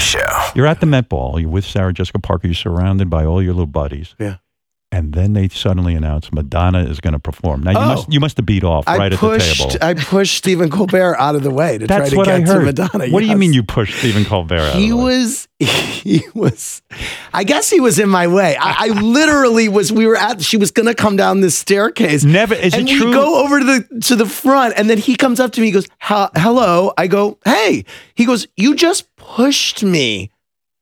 show. You're at the Met Ball. You're with Sarah Jessica Parker. You're surrounded by all your little buddies. Yeah. And then they suddenly announce Madonna is going to perform. Now you Oh. must you must have beat off right I pushed, at the table. I pushed Stephen Colbert out of the way to try That's to what get I to heard. Madonna. What do you yes. mean you pushed Stephen Colbert? out of He the way? was, he was, I guess he was in my way. I, I literally was. We were at. She was going to come down this staircase. Never- is and it we true? go over to the to the front, and then he comes up to me. He goes, "Hel- "Hello." I go, "Hey." He goes, "You just pushed me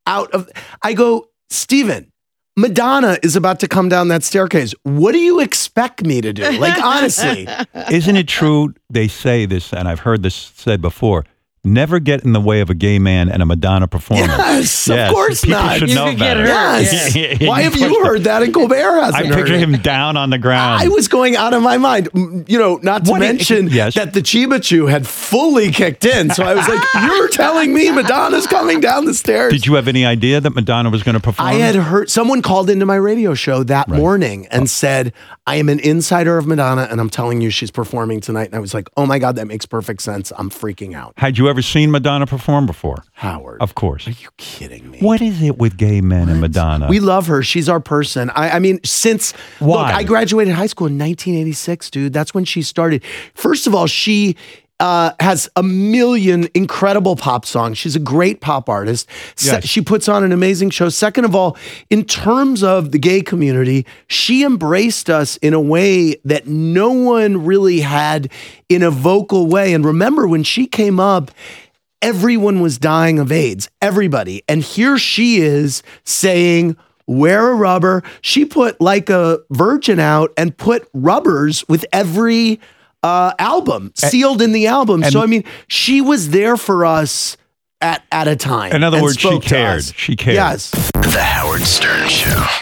out of." I go, Stephen. Madonna is about to come down that staircase. What do you expect me to do? Like honestly, Isn't it true? They say this, and I've heard this said before. Never get in the way of a gay man and a Madonna performance. yes, of Yes, course people not. should You know could get better. hurt. Yes. Yeah. Why have you pushed heard that? And Colbert hasn't I heard picture it. him down on the ground. I was going out of my mind. M- You know, not to What did- mention yes. that the Chibachu had fully kicked in. So I was like, "You're telling me Madonna's coming down the stairs." Did you have any idea that Madonna was going to perform? I had heard someone called into my radio show that morning and said, "I am an insider of Madonna, and I'm telling you she's performing tonight." And I was like, "Oh my god, that makes perfect sense." I'm freaking out. Had you ever seen Madonna perform before? Howard, Of course. are you kidding me? What is it with gay men and Madonna? We love her. She's our person. I, I mean, since look, Why? I graduated high school in 1986, dude. That's when she started. First of all, she uh, has a million incredible pop songs. She's a great pop artist. Se- Yes. She puts on an amazing show. Second of all, in terms of the gay community, she embraced us in a way that no one really had in a vocal way. And remember when she came up, everyone was dying of AIDS, everybody. And here she is saying, wear a rubber. She put like a virgin out and put rubbers with every uh, album, sealed in the album. so, I mean, she was there for us at, at a time. In other and words, she spoke to cared. us. She cared. Yes. The Howard Stern Show.